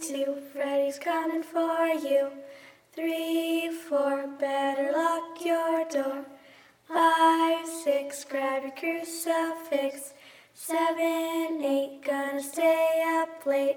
two, Freddy's coming for you. Three, four, better lock your door. Five, six, grab your crucifix. Seven, eight, gonna stay up late.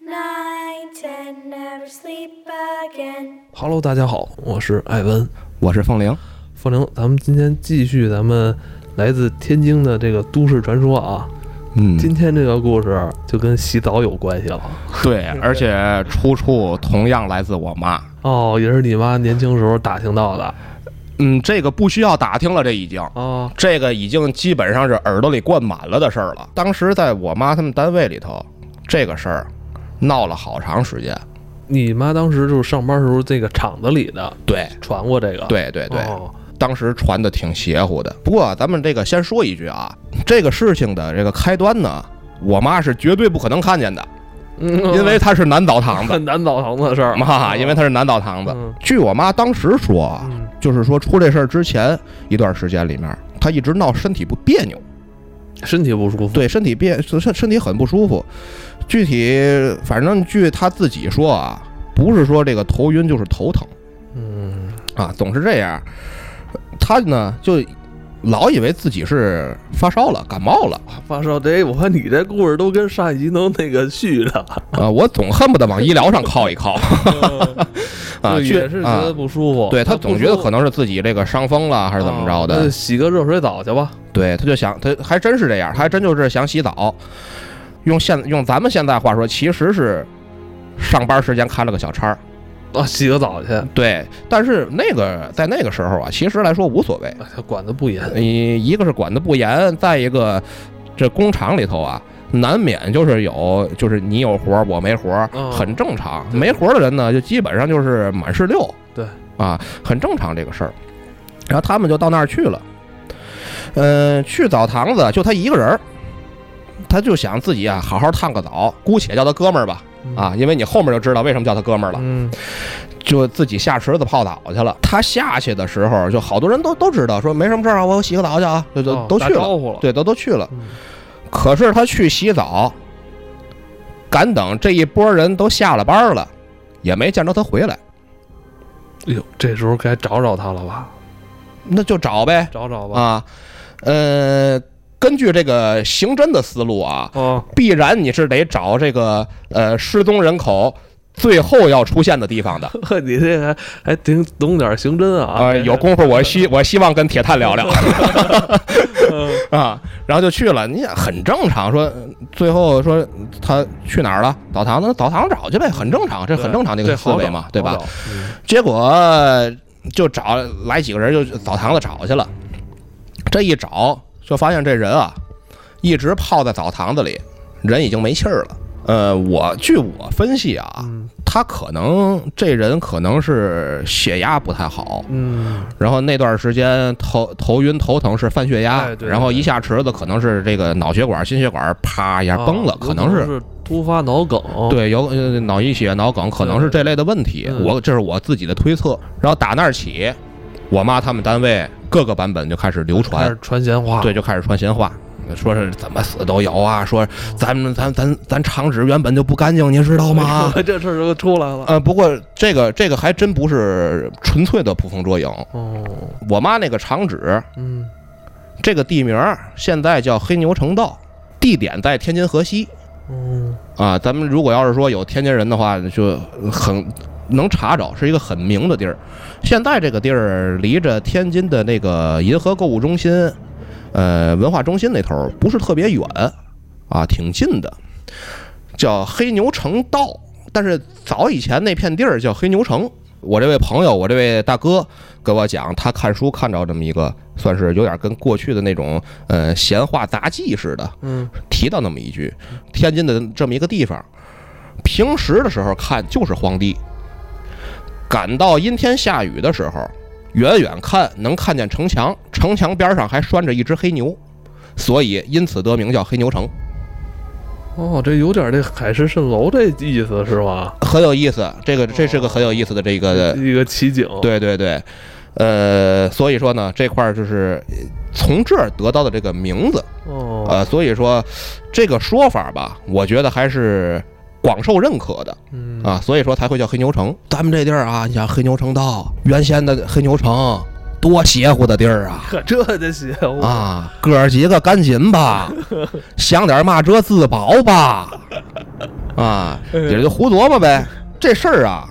Nine, ten, never sleep again. Hello，大家好，我是艾文我是凤玲，凤玲，咱们今天继续咱们来自天津的这个都市传说啊。嗯今天这个故事就跟洗澡有关系了对，而且出处同样来自我妈。哦，也是你妈年轻时候打听到的嗯，这个不需要打听了，这已经，哦，这个已经基本上是耳朵里灌满了的事儿了。当时在我妈他们单位里头，这个事儿闹了好长时间。你妈当时就是上班时候这个厂子里的对，传过这个，对，对，对，哦当时传的挺邪乎的。不过咱们这个先说一句啊，这个事情的这个开端呢，我妈是绝对不可能看见 的，嗯因为她是男澡堂子， 很难澡堂子的事儿哦妈，因为她是男澡堂子。嗯据我妈当时说啊，嗯就是说出这事儿之前一段时间里面，他一直闹身体不别扭，嗯身体不舒服，对身体别身身体很不舒服。具体反正据他自己说啊，不是说这个头晕就是头疼嗯，啊，总是这样。他呢就老以为自己是发烧了、感 冒了发烧这我看你这故事都跟上一集能那个续 的，啊，我总恨不得往医疗上靠一靠啊，就去也是觉啊得。不舒服，对他她不总觉得舒服啊可能是自己这个伤风了还是怎么着的，那就洗个热水澡去吧。对，他就想，他还真是这样，他还真就是想洗澡。用现用咱们现在话说，其实是上班时间开了个小差儿。啊，洗个澡去，对，但是那个在那个时候啊，其实来说无所谓。哎他管的不严。你一个是管得不严，再一个这工厂里头啊，难免就是有就是你有活儿我没活儿嗯，很正常。对没活儿的人呢，就基本上就是满是六，对啊，很正常这个事儿。然后他们就到那儿去了，嗯，去澡堂子就他一个人儿。他就想自己啊，好好烫个澡，姑且叫他哥们儿吧，啊，因为你后面就知道为什么叫他哥们儿了。嗯，就自己下池子泡澡去了。他下去的时候，就好多人都都知道，说没什么事儿啊，我洗个澡去啊，就就哦都打去了，招呼了。对，都都去了。嗯，可是他去洗澡，敢等这一波人都下了班了，也没见着他回来，哎呦，这时候该找找他了吧？那就找呗找找吧。啊，呃，根据这个刑侦的思路啊，哦， 必然你是得找这个呃失踪人口最后要出现的地方的。呵，你这还还挺懂点刑侦 啊？啊，这有功夫我希我希望跟铁探 聊聊。嗯啊，然后就去了，你也很正常。说最后说他去哪儿了？澡堂子，澡堂找去呗，很正常，这很正常的一个对思维嘛，对？好吧找？好找嗯结果就找来几个人就澡堂子找去了，这一找就发现这人啊，一直泡在澡堂子里，人已经没气儿了。呃，我据我分析啊，嗯他可能这人可能是血压不太好，嗯，然后那段时间头头晕头疼是犯血压，哎对对然后一下池子可能是这个脑血管、心血管啪一下崩了，啊可能是。是突发脑梗。，对，有呃脑溢血、脑梗，可能是这类的问题。哦嗯我这是我自己的推测。然后打那儿起，我妈他们单位各个版本就开始流开传始，传闲话。对，，就开始传闲话，说是怎么死都有啊，说咱们咱咱咱厂址原本就不干净，您知道吗？ 这事儿就出来了。 呃，不过这个这个还真不是纯粹的捕风捉影。哦，我妈那个厂址嗯，这个地名儿现在叫黑牛城道，地点在天津河西嗯，啊。咱们如果要是说有天津人的话，就很能查找，是一个很明的地儿。现在这个地儿离着天津的那个银河购物中心、呃文化中心那头儿不是特别远啊，挺近的，叫黑牛城道。但是早以前那片地儿叫黑牛城。我这位朋友，我这位大哥跟我讲，他看书看着这么一个，算是有点跟过去的那种呃闲话杂记似的，嗯，提到那么一句，天津的这么一个地方，平时的时候看就是荒地，赶到阴天下雨的时候，远远看能看见城墙，城墙边上还拴着一只黑牛，所以因此得名叫黑牛城，哦，这有点这海市蜃楼这意思是吧？很有意思。这个这是个很有意思的这个一个奇景。对对对，呃，所以说呢，这块儿就是呃从这儿得到的这个名字，哦，呃呃，所以说这个说法吧，我觉得还是广受认可的嗯，啊，所以说才会叫黑牛城。咱们这地儿啊，你想黑牛城道，原先的黑牛城多邪乎的地儿啊！可这得邪乎！啊，哥儿几个赶紧吧，想点嘛辙自保吧，啊，也就胡琢磨呗。这事儿啊，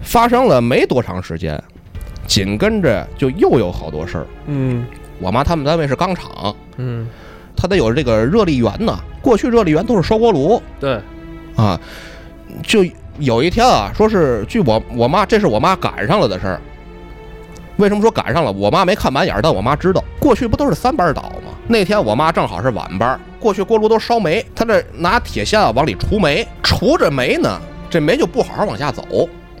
发生了没多长时间，紧跟着就又有好多事儿。嗯我妈他们单位是钢厂，嗯，它得有这个热力源呢。过去热力源都是烧锅炉对，啊，就有一天啊，说是据我我妈，这是我妈赶上了的事儿。为什么说赶上了？我妈没看满眼儿，但我妈知道，过去不都是三班倒吗？那天我妈正好是晚班，过去锅炉都烧煤，她这拿铁锨啊往里除煤，除着煤呢，这煤就不好好往下走，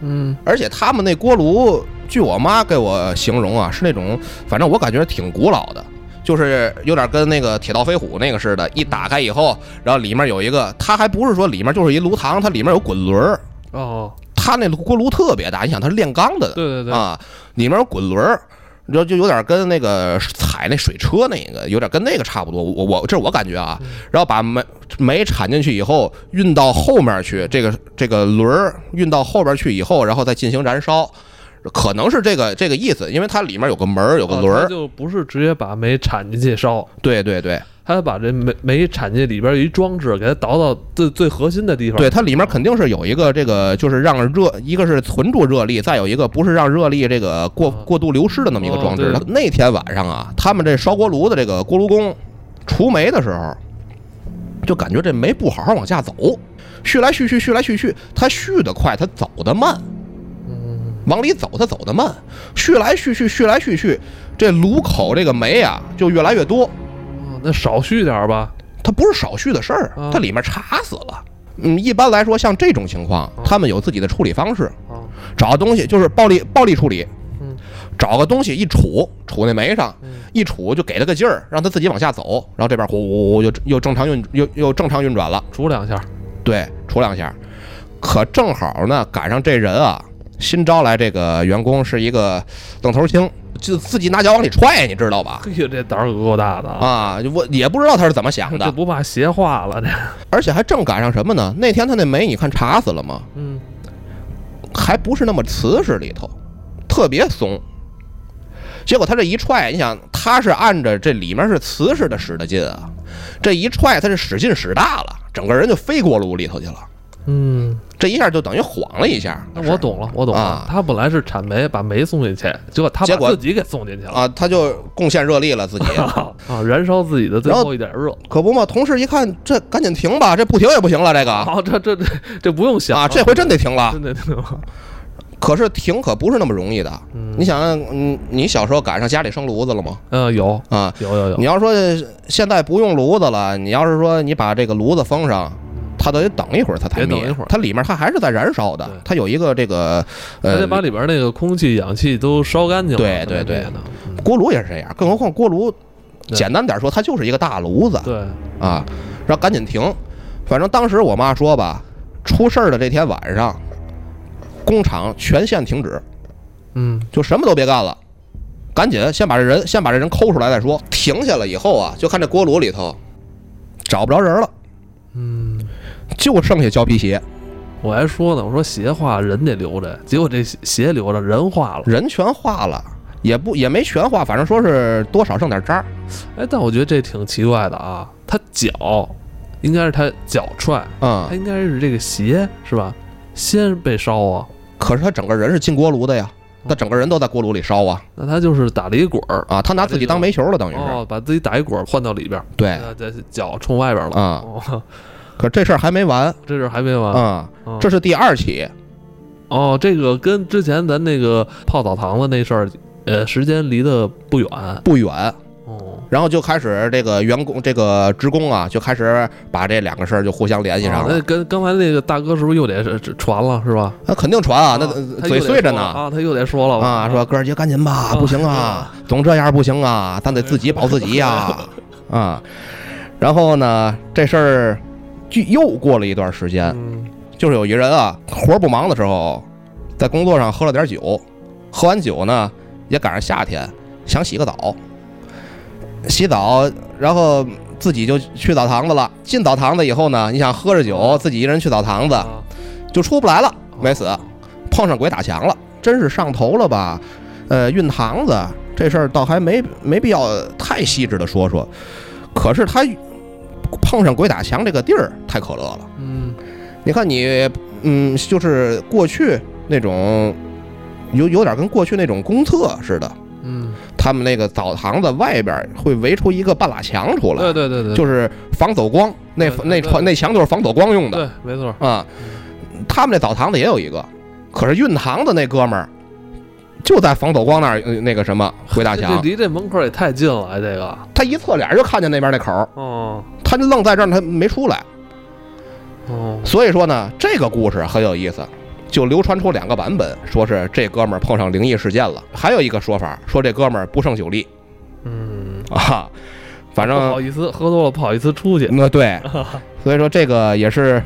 嗯而且他们那锅炉，据我妈给我形容啊，是那种反正我感觉挺古老的，就是有点跟那个铁道飞虎那个似的，一打开以后，然后里面有一个，它还不是说里面就是一炉膛，它里面有滚轮儿，哦，它那锅炉特别大，你想它是炼钢的对对对，啊，里面有滚轮儿。就就有点跟那个踩那水车那个，有点跟那个差不多。我我这是我感觉嗯啊，然后把煤煤铲进去以后，运到后面去，这个这个轮儿运到后边去以后，然后再进行燃烧，可能是这个这个意思，因为它里面有个门儿，有个轮哦它儿。就不是直接把煤铲进去烧，对对对它把这煤煤铲进里边有一装置，给它导到最最核心的地方。对，它里面肯定是有一个这个，就是让热，一个是存住热力，再有一个不是让热力这个过啊过度流失的那么一个哦装置对。它那天晚上啊，他们这烧锅炉的这个锅炉工除煤的时候，就感觉这煤不好好往下走，续来续去，续来续去，它续得快，它走得慢。嗯，往里走，它走得慢，续来续去，续来续去，这炉口这个煤啊就越来越多。哦，那少续点儿吧。它不是少续的事儿啊，它里面查死了。嗯，一般来说，像这种情况，嗯他们有自己的处理方式，啊，找东西就是暴力暴力处理，嗯找个东西一杵杵那煤上嗯，一杵就给它个劲儿，让它自己往下走，然后这边呼呼呼就又正常运又又正常运转了。煮两下。对，杵两下。可正好呢，赶上这人啊，新招来这个员工是一个愣头青，就自己拿脚往里踹，你知道吧？哎嘿呦，这胆儿可够大的啊！啊，我也不知道他是怎么想这的，不怕邪化了？这，而且还正赶上什么呢？那天他那煤你看查死了吗？嗯，还不是那么瓷实里头，特别松。结果他这一踹，你想他是按着这里面是瓷实的使的劲啊，这一踹他是使劲使大了，整个人就飞锅炉里头去了。嗯，这一下就等于晃了一下。那我懂了，我懂了。啊哎他本来是铲煤，把煤送进去，结果他结把果自己给送进去了啊，他就贡献热力了 自己。啊燃烧自己的最然后后一点热。可不嘛，同事一看这赶紧停吧，这不停也不行了，这个好，啊这这这这不用想啊，这回真得停了。真的真的，可是停可不是那么容易的。嗯你想，嗯，你小时候赶上家里生炉子了吗？嗯，有啊，有有有你，要说现在不用炉子了，你要是说你把这个炉子封上，它得等一会儿它才得等灭一会儿，它里面它还是在燃烧的对，它有一个这个还得呃把里边那个空气、氧气都烧干净了。对对对锅炉也是这样，更何况锅炉，对简单点说，它就是一个大炉子对，啊，然后赶紧停。反正当时我妈说吧，出事儿的这天晚上，工厂全线停止，嗯，就什么都别干了，赶紧先把这人先把这人抠出来再说。停下了以后啊，就看这锅炉里头找不着人了，嗯，就剩下胶皮鞋，我还说呢，我说鞋化人得留着，结果这鞋留着，人化了。人全化了，也不也没全化，反正说是多少剩点渣儿。哎，但我觉得这挺奇怪的啊，他脚应该是他脚踹，他嗯，应该是这个鞋是吧？先被烧啊，可是他整个人是进锅炉的呀，哦他整个人都在锅炉里烧啊那他就是打了一滚儿，啊，他拿自己当煤球了，等于是哦，把自己打一滚儿换到里边儿，对。那这脚冲外边了啊哦，可这事儿还没完这事儿还没完啊、哦这是第二起，哦，这个跟之前咱那个泡澡堂子那事儿，呃，时间离得不远不远，哦。然后就开始这个员工这个职工啊，就开始把这两个事儿就互相联系上啊了那。跟刚才那个大哥是不是又得是是传了是吧？那肯定传啊，那哦他又呃嘴得碎说了着呢啊，他又得说了吧啊，说哥儿姐赶紧吧，不行啊，总这样不行啊，咱得自己保自 己呀，啊，然后呢，这事儿就又过了一段时间，嗯就是有一人啊，活儿不忙的时候，在工作上喝了点酒，喝完酒呢，也赶上夏天，想洗个澡，洗澡，然后自己就去澡堂子了。进澡堂子以后呢，你想喝着酒，自己一人去澡堂子啊就出不来了，没死，碰上鬼打墙了，真是上头了吧？呃，运堂子这事儿倒还没 没必要太细致的说说，可是他碰上鬼打墙这个地儿太可乐了。嗯你看你，嗯，就是过去那种，有有点跟过去那种公厕似的，嗯，他们那个澡堂子外边会围出一个半拉墙出来，对对对对，就是防走光，那对对那对那墙就是防走光用的对，没错，啊。他们那澡堂子也有一个，可是运堂的那哥们儿就在防走光那儿呃那个什么回 大这这墙，离这门口也太近了，哎，这个，他一侧脸就看见那边那口儿，哦他就愣在这儿，他没出来。哦，所以说呢，这个故事很有意思，就流传出两个版本，说是这哥们儿碰上灵异事件了，还有一个说法说这哥们儿不胜酒力嗯，啊，反不正嗯好意思，喝多了不好意思出去，那对，所以说这个也是，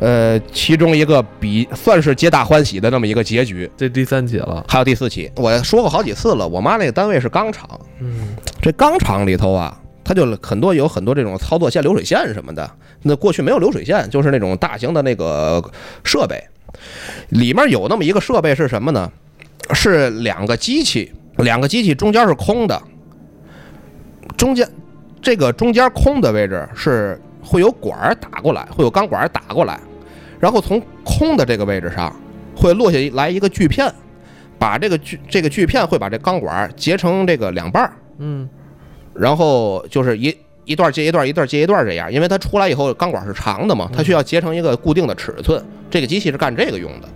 呃，其中一个比算是皆大欢喜的那么一个结局。这第三起了，还有第四起，我说过好几次了，我妈那个单位是钢厂，嗯这钢厂里头啊，它就很多有很多这种操作线、流水线什么的。那过去没有流水线，就是那种大型的那个设备，里面有那么一个设备是什么呢？是两个机器，两个机器中间是空的，中间这个中间空的位置是会有管儿打过来，会有钢管儿打过来，然后从空的这个位置上会落下来一个锯片，把这个锯这个锯片会把这钢管儿截成这个两半儿。嗯然后就是一一段接一段，一段接一段这样，因为它出来以后钢管是长的嘛，它需要结成一个固定的尺寸。这个机器是干这个用的。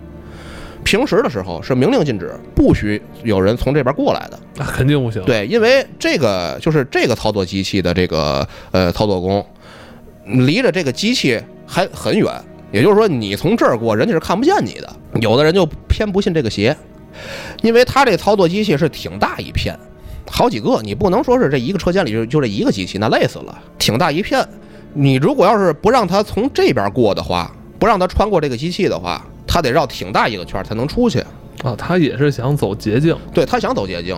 平时的时候是明令禁止，不许有人从这边过来的。那啊肯定不行，对，因为这个就是这个操作机器的这个呃操作工，离着这个机器还很远，也就是说你从这儿过，人家是看不见你的。有的人就偏不信这个邪，因为他这操作机器是挺大一片，好几个，你不能说是这一个车间里就就这一个机器，那累死了，挺大一片。你如果要是不让他从这边过的话，不让他穿过这个机器的话，他得绕挺大一个圈儿才能出去。啊，他也是想走捷径，对他想走捷径，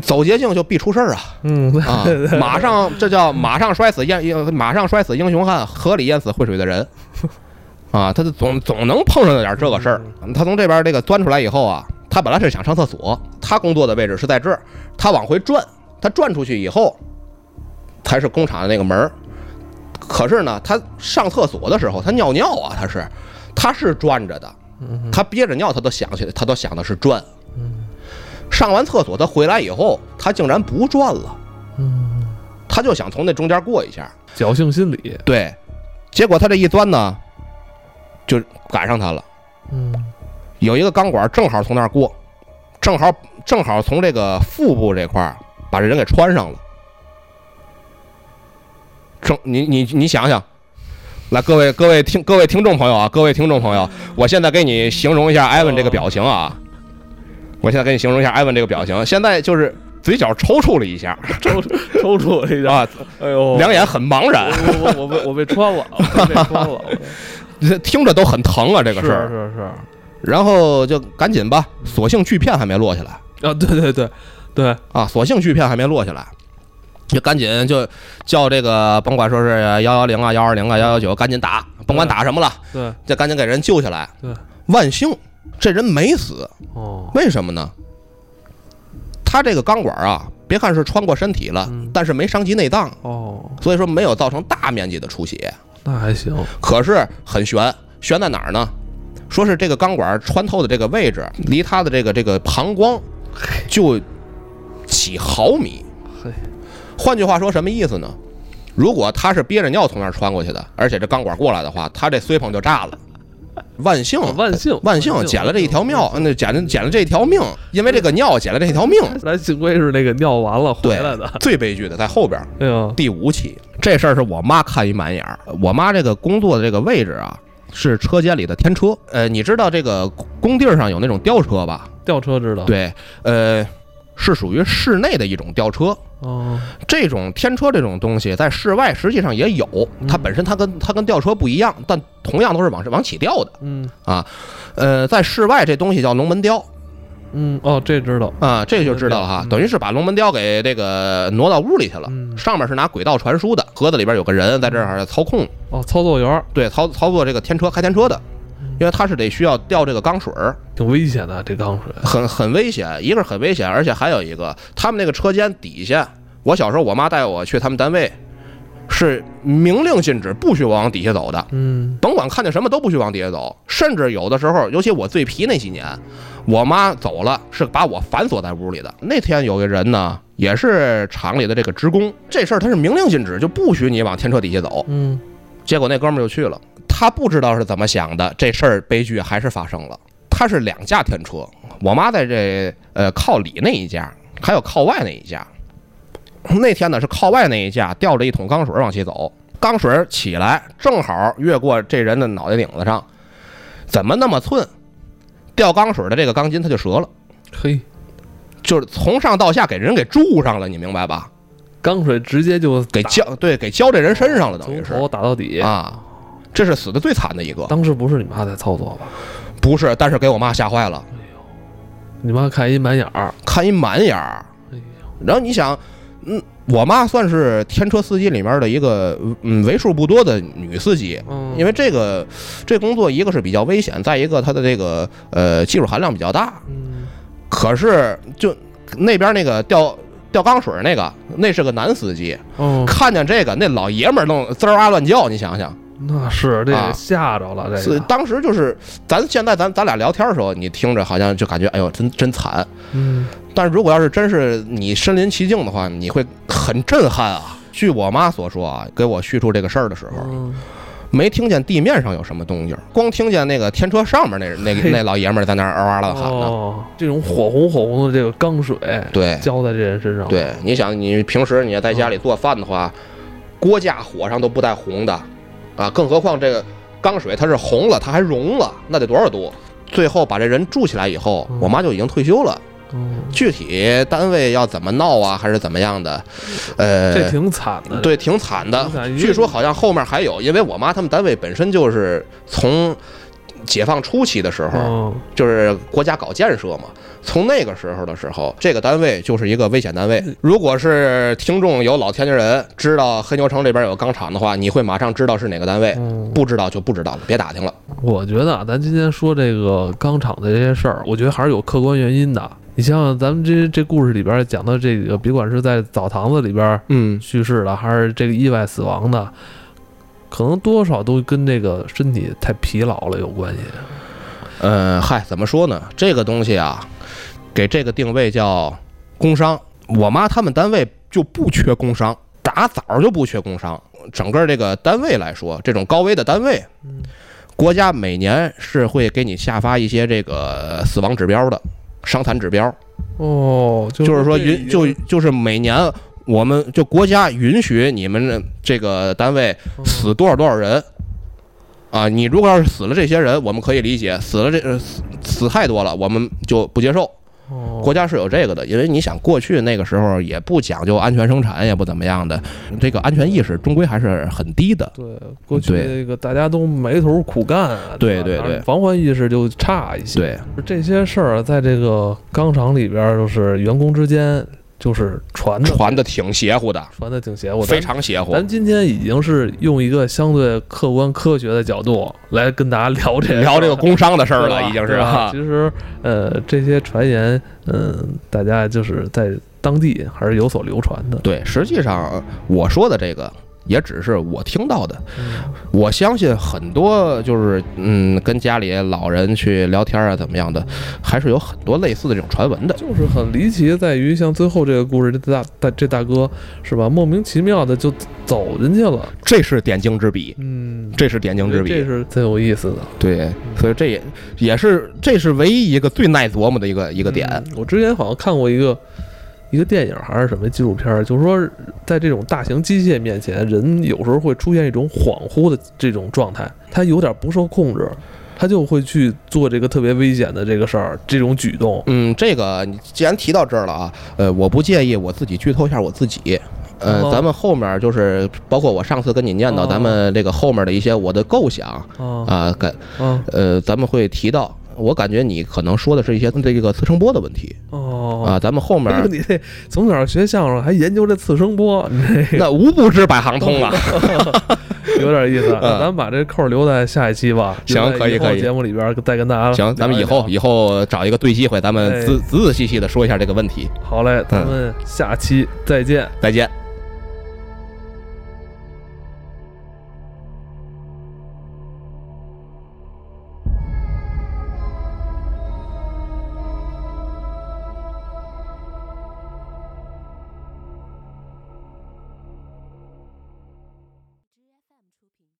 走捷径就必出事儿啊。嗯啊，马上这叫马上摔死淹，呃马上摔死英雄汉，河里淹死会水的人。啊，他就总总能碰上点这个事儿。他从这边这个钻出来以后啊，他本来是想上厕所，他工作的位置是在这儿，他往回转，他转出去以后，才是工厂的那个门儿。可是呢，他上厕所的时候，他尿尿啊，他是他是转着的，他憋着尿，他都想起，他都想的是转。上完厕所，他回来以后，他竟然不转了。他就想从那中间过一下。嗯侥幸心理，对，结果他这一钻呢，就赶上他了。嗯有一个钢管正好从那儿过，正好正好从这个腹部这块儿把这人给穿上了。正你你你想想，来各位各位听各位听众朋友啊，各位听众朋友，我现在给你形容一下艾文这个表情啊，我现在给你形容一下艾文这个表情，现在就是嘴角抽搐了一下抽抽搐我一下，啊，哎呦，两眼很茫然。我我我被我被穿了，我被穿了，这听着都很疼 啊，这个事是儿。是是。然后就赶紧吧，所幸锯片还没落下来啊，对对对对，啊，所幸锯片还没落下来，就赶紧就叫这个甭管说是幺幺零啊、幺二零啊、幺幺九，赶紧打，甭管打什么了，对就赶紧给人救下来。对，万幸这人没死，哦，为什么呢？他这个钢管啊，别看是穿过身体了嗯，但是没伤及内脏，哦，所以说没有造成大面积的出血。那还行，可是很悬，悬在哪儿呢？说是这个钢管穿透的这个位置，离他的这个这个膀胱就几毫米。嘿，换句话说，什么意思呢？如果他是憋着尿从那儿穿过去的，而且这钢管过来的话，他这碎棚就炸了。万幸，哦万幸万幸万幸捡了这一条命，那捡了捡了这一条命，因为这个尿捡了这一条命。 咱幸亏是那个尿完了回对来的，，最悲剧的在后边儿。哎呦，第五起，这事儿是我妈看一满眼儿。我妈这个工作的这个位置啊，是车间里的天车。呃，你知道这个工地儿上有那种吊车吧？吊车知道，，对，呃，是属于室内的一种吊车。哦，这种天车这种东西，在室外实际上也有，它本身它跟它跟吊车不一样，但同样都是往往起吊的嗯啊。呃，在室外这东西叫龙门吊，嗯，哦，这知道，啊，这就知道了哈，嗯等于是把龙门雕给这个挪到屋里去了。嗯上面是拿轨道传输的，盒子里边有个人在这儿操控，哦，操作员儿对操操作这个天车开天车的，因为他是得需要吊这个钢水儿，挺危险的，这钢水，很很危险。一个是很危险，而且还有一个，他们那个车间底下，我小时候我妈带我去他们单位，是明令禁止不许我往底下走的。嗯，甭管看见什么都不许往底下走，甚至有的时候，尤其我最皮那几年，我妈走了是把我反锁在屋里的。那天有个人呢，也是厂里的这个职工，这事儿他是明令禁止，就不许你往天车底下走。嗯，结果那哥们儿就去了，他不知道是怎么想的，这事儿悲剧还是发生了。他是两架天车，我妈在这呃靠里那一架，还有靠外那一架。那天呢是靠外那一架吊着一桶钢水往起走，钢水起来正好越过这人的脑袋顶子上，怎么那么寸？吊钢水的这个钢筋它就折了，嘿，就是从上到下给人给注上了，你明白吧？钢水直接就给打哦浇对给浇这人身上了，等从于是头打到底。啊，这是死的最惨的一个。当时不是你妈在操作吧？不是，但是给我妈吓坏了，你妈看一满眼儿，看一满眼儿哎呦。然后你想，嗯，我妈算是天车司机里面的一个嗯为数不多的女司机，嗯，因为这个这工作一个是比较危险，再一个它的这个呃技术含量比较大。嗯可是就那边那个吊吊钢水那个，那是个男司机，哦，看见这个那老爷们儿弄滋儿哇乱叫，你想想。那是这啊个吓着了，这是个，当时就是，咱现在咱咱俩聊天的时候，你听着好像就感觉，哎呦，真真惨。嗯，但如果要是真是你身临其境的话，你会很震撼啊。据我妈所说啊，给我叙述这个事儿的时候，嗯没听见地面上有什么动静儿，光听见那个天车上面那那嘿那老爷们儿在那儿嗷哇乱喊呢。哦，这种火红火红的这个钢水对浇在这人身上，，对，你想，你平时你要在家里做饭的嗯话，锅架火上都不带红的，啊，更何况这个钢水它是红了，它还融了，那得多少度？最后把这人住起来以后，嗯我妈就已经退休了。嗯，具体单位要怎么闹啊，还是怎么样的？呃，这挺惨的，，对，挺惨的挺惨。据说好像后面还有，因为我妈他们单位本身就是从解放初期的时候，嗯，就是国家搞建设嘛，从那个时候的时候，这个单位就是一个危险单位。嗯如果是听众有老天津人，知道黑牛城这边有钢厂的话，你会马上知道是哪个单位。嗯不知道就不知道了，别打听了。我觉得啊，咱今天说这个钢厂的这些事儿，我觉得还是有客观原因的。你想想，咱们这这故事里边讲到这个，别管是在澡堂子里边嗯，去世的，还是这个意外死亡的，可能多少都跟这个身体太疲劳了有关系。呃，嗨，怎么说呢？这个东西啊，给这个定位叫工伤。我妈他们单位就不缺工伤，打早就不缺工伤。整个这个单位来说，这种高危的单位，国家每年是会给你下发一些这个死亡指标的，伤残指标，哦，就就是说允就就是每年我们就国家允许你们这个单位死多少多少人。啊，你如果要是死了这些人，我们可以理解，死了这呃死死太多了，我们就不接受。国哦，家是有这个的，因为你想过去那个时候也不讲究安全生产，也不怎么样的，嗯这个安全意识终归还是很低的。对，过去对这个大家都埋头苦干啊，吧对对对防患意识就差一些。对，这些事儿啊在这个钢厂里边，就是员工之间就是传的传的挺邪乎的，传的挺邪乎的，非常邪乎。咱今天已经是用一个相对客观科学的角度来跟大家聊这聊这个公工伤的事儿了，已经是啊吧？哈其。实，呃，这些传言，嗯、大家就是在当地还是有所流传的。对，实际上我说的这个也只是我听到的，嗯我相信很多就是嗯，跟家里老人去聊天啊，怎么样的，还是有很多类似的这种传闻的。就是很离奇，在于像最后这个故事，这大大这大哥是吧，莫名其妙的就走进去了，这是点睛之笔，嗯，这是点睛之笔，这是最有意思的对，所以这也也是这是唯一一个最耐琢磨的一个一一个点。嗯我之前好像看过一个一个电影还是什么纪录片儿，就是说在这种大型机械面前，人有时候会出现一种恍惚的这种状态，他有点不受控制，他就会去做这个特别危险的这个事儿，这种举动。嗯，这个你既然提到这儿了啊，呃，我不介意我自己剧透一下我自己。呃哦，咱们后面就是包括我上次跟你念叨哦咱们这个后面的一些我的构想啊、啊跟啊呃，咱们会提到，我感觉你可能说的是一些这个磁声波的问题哦啊。咱们后面 这个你这从小学相声还研究这次声波，你这那无不知百行通啊。 有点意思。那咱们把这扣留在下一期吧，嗯行留在可以后可以节目里边再跟大家 行，咱们以聊后一聊以后找一个对机会，咱们哎仔仔仔细细的说一下这个问题。好嘞，咱们下期再见。再见。